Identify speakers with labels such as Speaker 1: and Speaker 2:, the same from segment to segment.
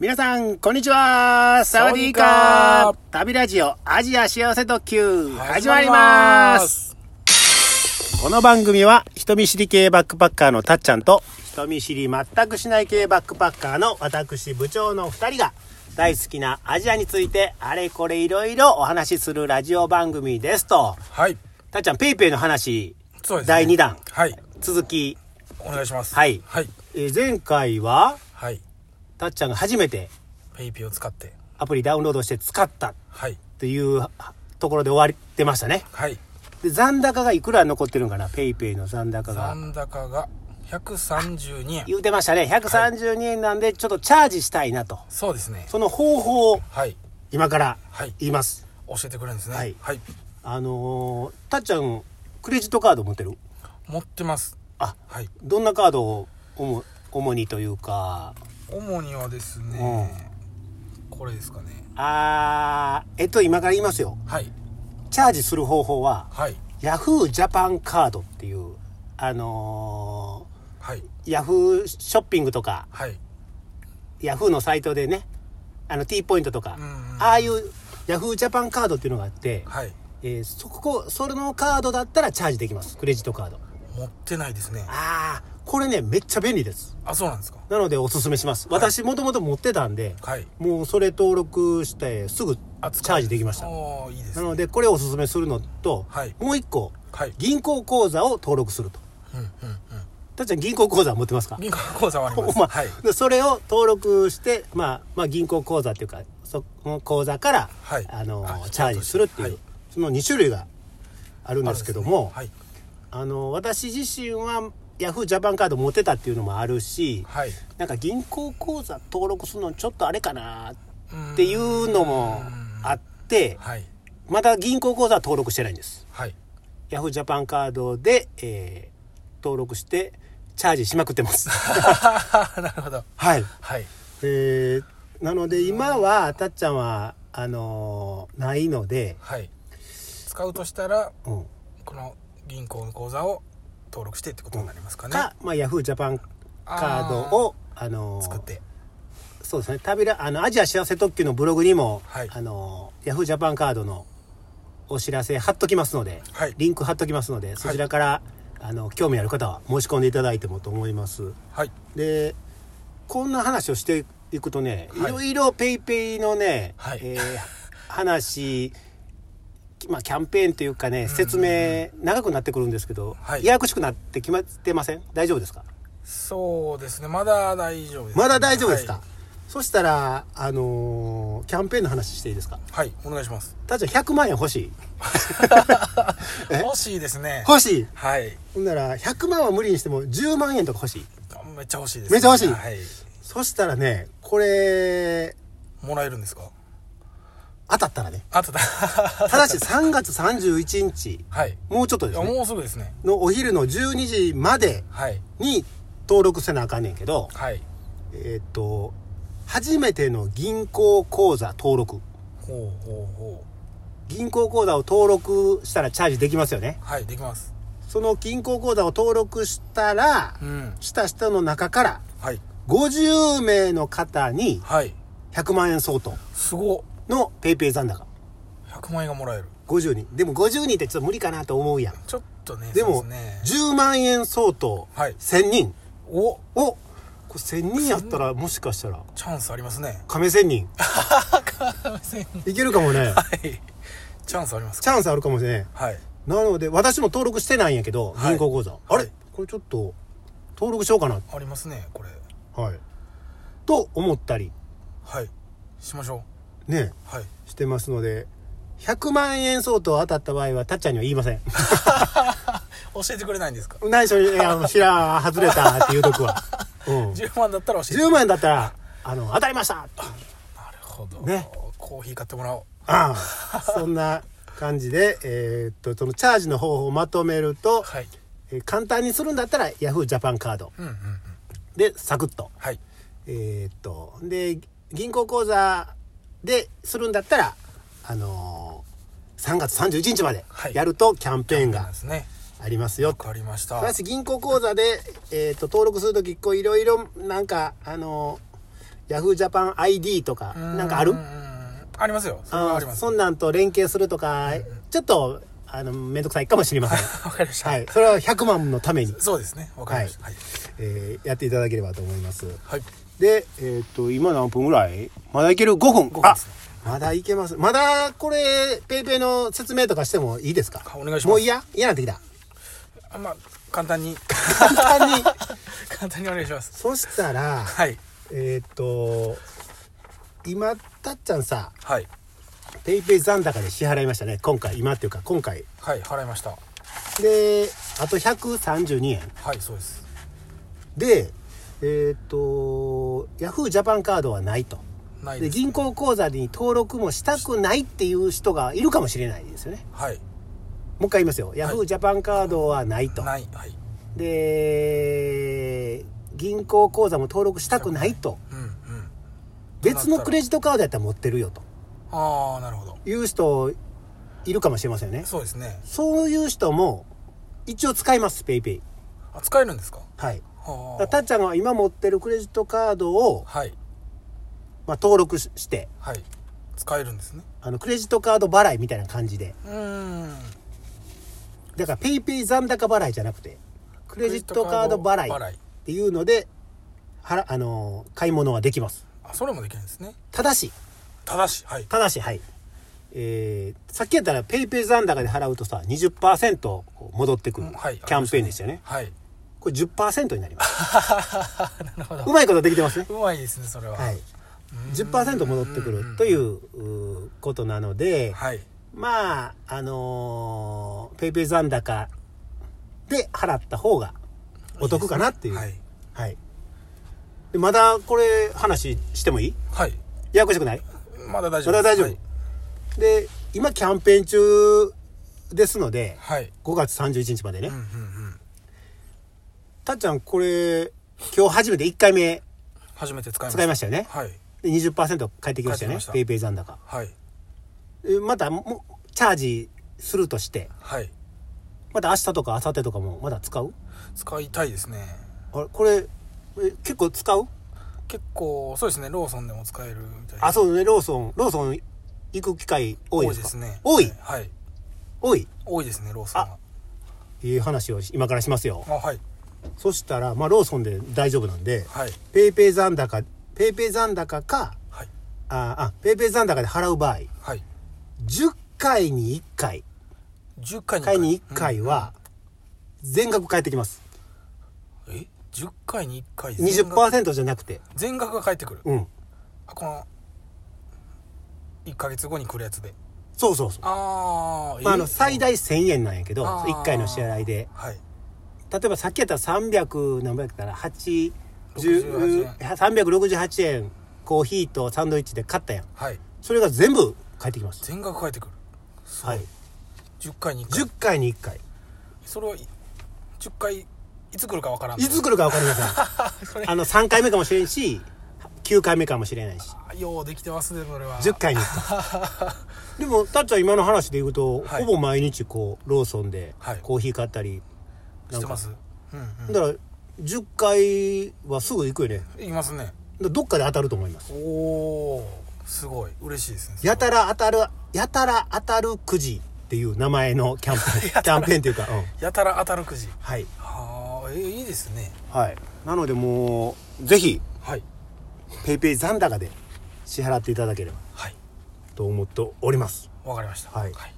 Speaker 1: 皆さん、こんにちはサワディーカー旅ラジオアジア幸せ特急始まりますこの番組は人見知り系バックパッカーのたっちゃんと人見知り全くしない系バックパッカーの私部長の2人が大好きなアジアについてあれこれいろいろお話しするラジオ番組ですと。
Speaker 2: はい。
Speaker 1: たっちゃん、ペイペイの話、
Speaker 2: そうですね
Speaker 1: 第2弾、
Speaker 2: はい。
Speaker 1: 続き、
Speaker 2: お願いします。
Speaker 1: はい
Speaker 2: はい。
Speaker 1: えー前回は
Speaker 2: はい。
Speaker 1: たっちゃんが初めて
Speaker 2: ペイペイを使って。
Speaker 1: アプリダウンロードして使った
Speaker 2: はい。
Speaker 1: というはところで終わりてましたね
Speaker 2: はい。
Speaker 1: で残高がいくら残ってるんかなペイペイの残高が
Speaker 2: 残高が132円。
Speaker 1: 言うてましたね132円なんでちょっとチャージしたいなと
Speaker 2: そうですね。
Speaker 1: その方法を
Speaker 2: はい。
Speaker 1: 今から
Speaker 2: はい
Speaker 1: 言います、
Speaker 2: 教えてくれるんですね。
Speaker 1: はい
Speaker 2: はい。
Speaker 1: あのー、たっちゃんクレジットカード持ってる
Speaker 2: 持ってます。
Speaker 1: あ
Speaker 2: はい。
Speaker 1: どんなカードを主主にというか
Speaker 2: 主にはですね、これですかね。
Speaker 1: あーえっと今から言いますよ
Speaker 2: はい。
Speaker 1: チャージする方法は
Speaker 2: はい。
Speaker 1: ヤフージャパンカードっていう、あの
Speaker 2: はい。
Speaker 1: ー、ヤフーショッピングとか、
Speaker 2: はい。
Speaker 1: ヤフーのサイトでね、あの T ポイントとか、
Speaker 2: うんうん
Speaker 1: ああいうヤフージャパンカードっていうのがあって、
Speaker 2: はい。
Speaker 1: えーそこ、それのカードだったらチャージできます。クレジットカード。
Speaker 2: 持ってないですね。
Speaker 1: ああ、これね、めっちゃ便利です。
Speaker 2: あ、そうなんですか。
Speaker 1: なのでおすすめします。私もともと持ってたんで、
Speaker 2: はい。
Speaker 1: もうそれ登録してすぐチ
Speaker 2: あ
Speaker 1: ャージできました。
Speaker 2: おー、いいです
Speaker 1: な
Speaker 2: ね。
Speaker 1: のでこれをおすすめするのと、
Speaker 2: はい
Speaker 1: もう一個、
Speaker 2: はい。
Speaker 1: 銀行口座を登録すると。
Speaker 2: うん、うん、うん。
Speaker 1: たっちゃん銀行口座持ってますか
Speaker 2: 銀行口座はあります。
Speaker 1: まあ
Speaker 2: はい。
Speaker 1: でそれを登録して、まあ、まあ銀行口座っていうかその口座から、
Speaker 2: はい
Speaker 1: あの
Speaker 2: あ
Speaker 1: チャージするっていう、
Speaker 2: はい
Speaker 1: その2種類があるんですけどもあ、
Speaker 2: はい。
Speaker 1: の私自身はヤフージャパンカード持ってたっていうのもあるし、
Speaker 2: はい。
Speaker 1: なんか銀行口座登録するのちょっとあれかな
Speaker 2: うん
Speaker 1: っていうのもあって
Speaker 2: はい。
Speaker 1: まだ銀行口座は登録してないんです
Speaker 2: はい。
Speaker 1: ヤフージャパンカードで、えー登録してチャージしまくってます
Speaker 2: なるほど。
Speaker 1: はい
Speaker 2: はい。
Speaker 1: えーなので今はたっちゃんはあのーないので、
Speaker 2: はい。使うとしたら、
Speaker 1: うん
Speaker 2: この銀行の口座を登録してってことになりますかね。
Speaker 1: か、まあ、ヤフージャパンカードをあのー
Speaker 2: 作って。
Speaker 1: そうですね旅らあのアジア幸せ特急のブログにも、
Speaker 2: はい
Speaker 1: あのーヤフージャパンカードのお知らせ貼っときますので、
Speaker 2: はい
Speaker 1: リンク貼っときますのでそちらから、あの興味ある方は申し込んでいただいてもと思います
Speaker 2: はい。
Speaker 1: でこんな話をしていくとね、
Speaker 2: はい
Speaker 1: いろいろペイペイのね、
Speaker 2: はい
Speaker 1: えー話、まあ、キャンペーンというかね説明長くなってくるんですけど、
Speaker 2: はい
Speaker 1: ややこしくなってきまってません大丈夫ですか
Speaker 2: そうですね。まだ大丈夫です、
Speaker 1: まだ大丈夫ですか、
Speaker 2: は
Speaker 1: そしたら、あのーキャンペーンの話していいですか
Speaker 2: い。はい。お願いします。
Speaker 1: たちゃん100万円欲しいえ
Speaker 2: 欲しいですね。
Speaker 1: 欲しい
Speaker 2: はい。
Speaker 1: ほんなら100万は無理にしても10万円とか欲しい
Speaker 2: めっちゃ欲しいです、
Speaker 1: めっちゃ欲しい
Speaker 2: はい。
Speaker 1: そしたらねこれ
Speaker 2: もらえるんですか
Speaker 1: 当たったらね
Speaker 2: あとだ。
Speaker 1: ただし3月31日
Speaker 2: はい。
Speaker 1: もうちょっとで
Speaker 2: い
Speaker 1: す
Speaker 2: や
Speaker 1: ね
Speaker 2: もうすぐですね。
Speaker 1: のお昼の12時まで
Speaker 2: はい。
Speaker 1: に登録せなあかんねんけど、
Speaker 2: はい。
Speaker 1: えーっと、初めての銀行口座登録。
Speaker 2: ほうほうほ
Speaker 1: 銀行口座を登録したらチャージできますよね
Speaker 2: う。。はい。できます。
Speaker 1: その銀行口座を登録したら
Speaker 2: う、ん。
Speaker 1: した人の中から
Speaker 2: はい。
Speaker 1: 50名の方に
Speaker 2: はい。
Speaker 1: 100万円相当
Speaker 2: すごっ。
Speaker 1: の PayPay ペイペイ残高。
Speaker 2: 100万円がもらえる。
Speaker 1: 50人。でも50人ってちょっと無理かなと思うやん。
Speaker 2: ちょっとね。
Speaker 1: で
Speaker 2: そ
Speaker 1: も
Speaker 2: うすね、
Speaker 1: 10万円相当、
Speaker 2: はい
Speaker 1: 1000人。
Speaker 2: お
Speaker 1: おこれ1000人やったらもしかしたら、
Speaker 2: チャンスありますね。
Speaker 1: 亀仙人。いけるかもね。
Speaker 2: はい。チャンスあります
Speaker 1: チ
Speaker 2: か
Speaker 1: ャンスあるかもしれない。
Speaker 2: はい。
Speaker 1: なので、私も登録してないんやけど、
Speaker 2: はい
Speaker 1: 銀行口座。あ
Speaker 2: はい
Speaker 1: れこれちょっと、登録しようかな。
Speaker 2: ありますね、これ。
Speaker 1: はい。と思ったり、
Speaker 2: はい。しましょ
Speaker 1: ね、
Speaker 2: う。はい。
Speaker 1: してますので、100万円相当当たった場合は、たっちゃんには言いません。
Speaker 2: 教えてくれないんですか
Speaker 1: 内緒に、えあの、知らん、外れたっていうと こは。うん。
Speaker 2: ?10 万だったら教えて。
Speaker 1: 10万円だったら、あの、当たりました
Speaker 2: なるほど。
Speaker 1: ね。
Speaker 2: コーヒー買ってもらおう。
Speaker 1: ああそんな感じで、えーっと、そのチャージの方法をまとめると、
Speaker 2: はい。
Speaker 1: えー簡単にするんだったら Yahoo ジャパンカード
Speaker 2: うんうんうん。
Speaker 1: でサクッと。
Speaker 2: はい。
Speaker 1: えーっと、で、銀行口座でするんだったら、あのー3月31日まで
Speaker 2: はい
Speaker 1: やるとキャンペーン
Speaker 2: なん
Speaker 1: が
Speaker 2: ですね。
Speaker 1: ありますよ
Speaker 2: わ。かりましたた。
Speaker 1: だし銀行口座で、えーっと登録するとき、こういろいろなんか、あのー Yahoo Japan ID とか、なんかある
Speaker 2: うありますよ。それは
Speaker 1: あ
Speaker 2: あ
Speaker 1: あ
Speaker 2: ります。
Speaker 1: そ
Speaker 2: わ
Speaker 1: んなんと連携するとか、ちょっと、あの、めんどくさいかもしれません。
Speaker 2: かりました。
Speaker 1: はい。それは100万のために、
Speaker 2: そうですね。わかりました。はい。
Speaker 1: えーやっていただければと思います。
Speaker 2: はい。
Speaker 1: で、えーっと、今何分ぐらいまだいける ?5 分。
Speaker 2: 分
Speaker 1: あ
Speaker 2: ですね
Speaker 1: まだいけます。まだ、これ、ペイペイの説明とかしてもいいですか
Speaker 2: あお願いします
Speaker 1: もう嫌嫌なってきた。
Speaker 2: あまあ、簡単に。
Speaker 1: 簡単に。
Speaker 2: 簡単にお願いします。
Speaker 1: そしたら、
Speaker 2: はい。
Speaker 1: えーっと、今、たっちゃんさ、
Speaker 2: はい。
Speaker 1: ペイペイ残高で支払いましたね。今回、今っていうか、今回。
Speaker 2: はい。払いました。
Speaker 1: で、あと132円。
Speaker 2: はい、そうです。
Speaker 1: で、えーっと、ヤフージャパンカードはないと。
Speaker 2: ない
Speaker 1: で
Speaker 2: です。
Speaker 1: 銀行口座に登録もしたくないっていう人がいるかもしれないですよね。
Speaker 2: はい。
Speaker 1: もう一回言いますよ。ヤフージャパンカードはないと。
Speaker 2: ない。はい。
Speaker 1: で、銀行口座も登録したくないと。
Speaker 2: うんうん。
Speaker 1: 別のクレジットカードやったら持ってるよと
Speaker 2: ああ、なるほど。
Speaker 1: いう人いるかもしれませんよね。
Speaker 2: そうですね。
Speaker 1: そういう人も一応使います、ペイペイ。
Speaker 2: あ、使えるんですか
Speaker 1: はい。だか
Speaker 2: は
Speaker 1: らたっちゃんが今持ってるクレジットカードを、
Speaker 2: あ。はい。
Speaker 1: まあ、登録しして、
Speaker 2: はい。使えるんですね。
Speaker 1: あのクレジットカード払いみたいな感じで。
Speaker 2: うーん。
Speaker 1: だからペイペイ残高払いじゃなくてクレジットカード払い
Speaker 2: クレジットカード払い
Speaker 1: っていうのではらあのー買い物はできます
Speaker 2: あ、それもできるんですね。
Speaker 1: ただした
Speaker 2: だし、はい。
Speaker 1: ただしはいえー、さっきやったらペイペイ残高で払うとさ20%こう戻ってくる
Speaker 2: うん
Speaker 1: キ
Speaker 2: はい
Speaker 1: ャンペーンでしたよね、
Speaker 2: はい。
Speaker 1: これ10%になります
Speaker 2: なるほど。
Speaker 1: うまいことできてますね
Speaker 2: うまいですね、それは。
Speaker 1: はい10%戻ってくるといううーことなので
Speaker 2: はい。
Speaker 1: まああのーペイペイ残高で払った方がお得かなっていう
Speaker 2: はい。
Speaker 1: はい。で、まだこれ話してもいい
Speaker 2: はい。
Speaker 1: ややこしくない
Speaker 2: まだ大丈夫です。
Speaker 1: まだ大丈夫、
Speaker 2: はい
Speaker 1: で、今キャンペーン中ですので、
Speaker 2: はい。
Speaker 1: 5月31日までね。
Speaker 2: うんうんうん。
Speaker 1: たっちゃんこれ、今日初めて1回目
Speaker 2: 初めて使いました。
Speaker 1: 使いましたよね。
Speaker 2: はい。
Speaker 1: で、20%返ってきましたよね
Speaker 2: 返ってきまし。た
Speaker 1: ペイペイ残高。
Speaker 2: はい。
Speaker 1: でまたも、チャージするとして、
Speaker 2: はい。
Speaker 1: また明日とか明後日とかもまだ使う
Speaker 2: 使いたいですね。
Speaker 1: あれ、これ、え結構使う
Speaker 2: 結構、そうですね、ローソンでも使えるみたいな。
Speaker 1: あ、そうね、ローソン、ローソン行く機会多いですか
Speaker 2: ね。
Speaker 1: 多い
Speaker 2: はいはい。
Speaker 1: 多い
Speaker 2: 多いですね、ローソンは。
Speaker 1: いい話を今からしますよ。
Speaker 2: あ、はい。
Speaker 1: そしたら、まあ、ローソンで大丈夫なんで、
Speaker 2: はい。
Speaker 1: ペイペイ残高、ペイペイ残高か、
Speaker 2: はい。
Speaker 1: あ、あ、ペイペイ残高で払う場合、
Speaker 2: はい。
Speaker 1: 10回に1回、
Speaker 2: 10回に
Speaker 1: 回に1回は、全額返ってきます。
Speaker 2: うんえ ?10 回に1回全額
Speaker 1: 20%じゃなくて、
Speaker 2: 全額が返ってくる。
Speaker 1: うん。
Speaker 2: あこの、1ヶ月後に来るやつで。
Speaker 1: そうそうそう。
Speaker 2: あー、
Speaker 1: まあ、あの、
Speaker 2: え
Speaker 1: 最大1000円なんやけど、
Speaker 2: あー
Speaker 1: 1回の支払いで。
Speaker 2: はい。
Speaker 1: 例えばさっきやったら300、何百やったら、8、
Speaker 2: 68
Speaker 1: 10 368円、コーヒーとサンドイッチで買ったやん。
Speaker 2: はい。
Speaker 1: それが全部返ってきます。
Speaker 2: 全額返ってくる。
Speaker 1: はい。
Speaker 2: 10回に1回。
Speaker 1: 10回に1回。
Speaker 2: それはい、10回、いつ来るかわからん。
Speaker 1: いつ来るか分かりません。
Speaker 2: それ
Speaker 1: あの、3回目かもしれんし、9回目かもしれないし、
Speaker 2: ようできてますね、それは。
Speaker 1: 10回に1回。 でも、たっちゃん今の話で言うと、
Speaker 2: はい
Speaker 1: ほぼ毎日こう、ローソンで
Speaker 2: はい
Speaker 1: コーヒー買ったり、
Speaker 2: 知ってます。うんうん。
Speaker 1: だから、10回はすぐ行くよね。だか
Speaker 2: いきますね。
Speaker 1: らどっかで当たると思います。
Speaker 2: おおー、すごい。嬉しいですね。
Speaker 1: やたら当たる、やたら当たるくじっていう名前のキャン ペーン、キャンペーンっていうか、うん。
Speaker 2: やたら当たるくじ。
Speaker 1: はい。
Speaker 2: はあ、えいいですね。
Speaker 1: はい。なのでもう、ぜひ、
Speaker 2: はい。
Speaker 1: ペイペイ残高で支払っていただければ
Speaker 2: はい。
Speaker 1: と思っております。
Speaker 2: わかりました。
Speaker 1: はい
Speaker 2: はい。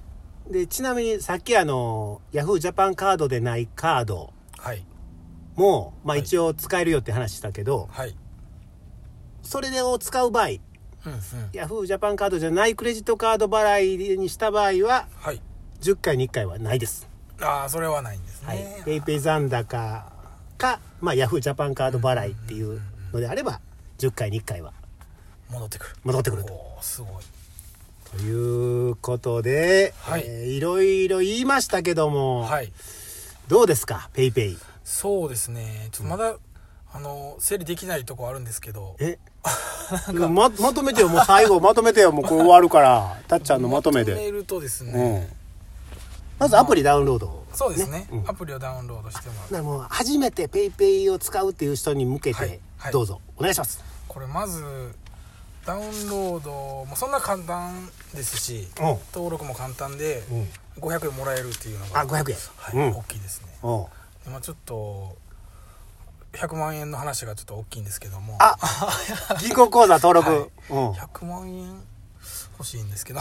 Speaker 1: でちなみにさっきあのヤフージャパンカードでないカード
Speaker 2: はい。
Speaker 1: も、まあ、
Speaker 2: はい
Speaker 1: 一応使えるよって話したけど、
Speaker 2: はい。
Speaker 1: それを使う場合
Speaker 2: うんうん。
Speaker 1: ヤフージャパンカードじゃないクレジットカード払いにした場合は
Speaker 2: はい。
Speaker 1: 10回に1回はないです、
Speaker 2: ああ、それはないんです
Speaker 1: はい
Speaker 2: ね。
Speaker 1: ペイペイ残高か、まあ、ヤフージャパンカード払いっていうのであれば10回に1回は
Speaker 2: 戻ってくる。
Speaker 1: 戻ってくると
Speaker 2: おお、すごい。
Speaker 1: ということで、
Speaker 2: はい
Speaker 1: えーいろいろ言いましたけども、
Speaker 2: はい。
Speaker 1: どうですかペイペイ
Speaker 2: そうですね。ちょっとまだ、あの、整理できないとこあるんですけど。
Speaker 1: えままとめてよもう最後まとめてよもうこれ終わるからたっちゃんのまとめ
Speaker 2: まと
Speaker 1: で
Speaker 2: めるとです
Speaker 1: う
Speaker 2: ね。
Speaker 1: んまずアプリダウンロード
Speaker 2: そうですね
Speaker 1: うん
Speaker 2: アプリをダウンロードしてもらう。
Speaker 1: なもう初めてペイペイを使うっていう人に向け
Speaker 2: は
Speaker 1: て
Speaker 2: いはい
Speaker 1: どうぞお願いします
Speaker 2: これまずダウンロードもそんな簡単ですし
Speaker 1: おう
Speaker 2: 登録も簡単で
Speaker 1: うん
Speaker 2: 500円もらえるっていうのが
Speaker 1: あ500円
Speaker 2: はい
Speaker 1: うん
Speaker 2: 大きいですね
Speaker 1: おう
Speaker 2: でまあちょっと100万円の話がちょっと大きいんですけども
Speaker 1: あ銀行口座登録、
Speaker 2: はい
Speaker 1: うん
Speaker 2: 100万円欲しいんですけど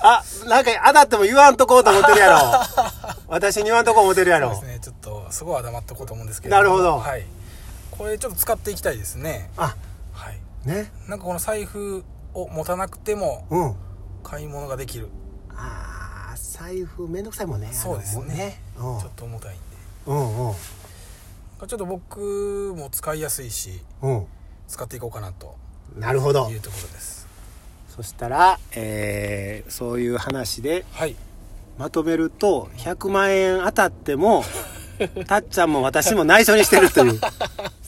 Speaker 1: あなんかあだっても言わんとこうと思ってるやろ私に言わんとこう思ってるや
Speaker 2: そう
Speaker 1: ろ
Speaker 2: ですねちょっとすごいは黙っとこうと思うんですけど
Speaker 1: なるほど
Speaker 2: はい、これちょっと使っていきたいですね
Speaker 1: あ
Speaker 2: はい
Speaker 1: ね
Speaker 2: なんかこの財布を持たなくても
Speaker 1: うん
Speaker 2: 買い物ができる
Speaker 1: あー財布めんどくさいもんね
Speaker 2: そうですね
Speaker 1: あの
Speaker 2: ちょっと重たいんで
Speaker 1: うんうん
Speaker 2: ちょっと僕も使いやすいし
Speaker 1: うん
Speaker 2: 使っていこうかなと
Speaker 1: うんなるほど
Speaker 2: いうところです
Speaker 1: そしたら、えーそういう話で
Speaker 2: はい
Speaker 1: まとめると100万円当たって もたっちゃんも私も内緒にしてるという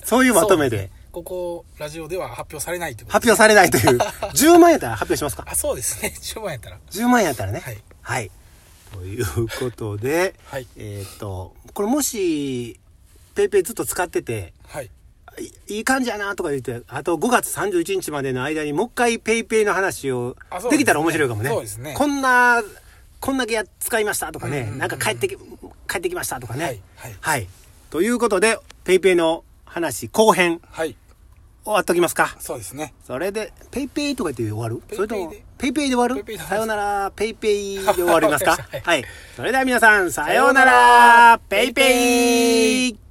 Speaker 1: そういうまとめ
Speaker 2: そう
Speaker 1: です
Speaker 2: ねここラジオでは発表されないということ
Speaker 1: 発表されないという10万円やったら発表しますか
Speaker 2: あそうですね 10万やったら
Speaker 1: 10万円やったらね
Speaker 2: はい、
Speaker 1: はい、ということで
Speaker 2: はい
Speaker 1: えーっとこれもし PayPay ずっと使ってて
Speaker 2: はい
Speaker 1: いいい感じやなとか言ってあと5月31日までの間にもう一回 PayPay の話を
Speaker 2: あそうですね
Speaker 1: できたら面白いかもね
Speaker 2: そうですね
Speaker 1: こんなこんだけや使いましたとかね、
Speaker 2: うんうんうん
Speaker 1: なんか帰ってき帰ってきましたとかね
Speaker 2: はいはい
Speaker 1: ということで PayPay の話後編
Speaker 2: はい
Speaker 1: 終わっときますか
Speaker 2: そうですね
Speaker 1: それで PayPay とか言って終わる
Speaker 2: PayPay
Speaker 1: それとも
Speaker 2: で
Speaker 1: PayPay で終わる
Speaker 2: PayPay で終わります
Speaker 1: さようなら PayPay で終わりますか
Speaker 2: わかりました
Speaker 1: はいそれでは皆さんさような
Speaker 2: さような
Speaker 1: ら
Speaker 2: ら
Speaker 1: PayPay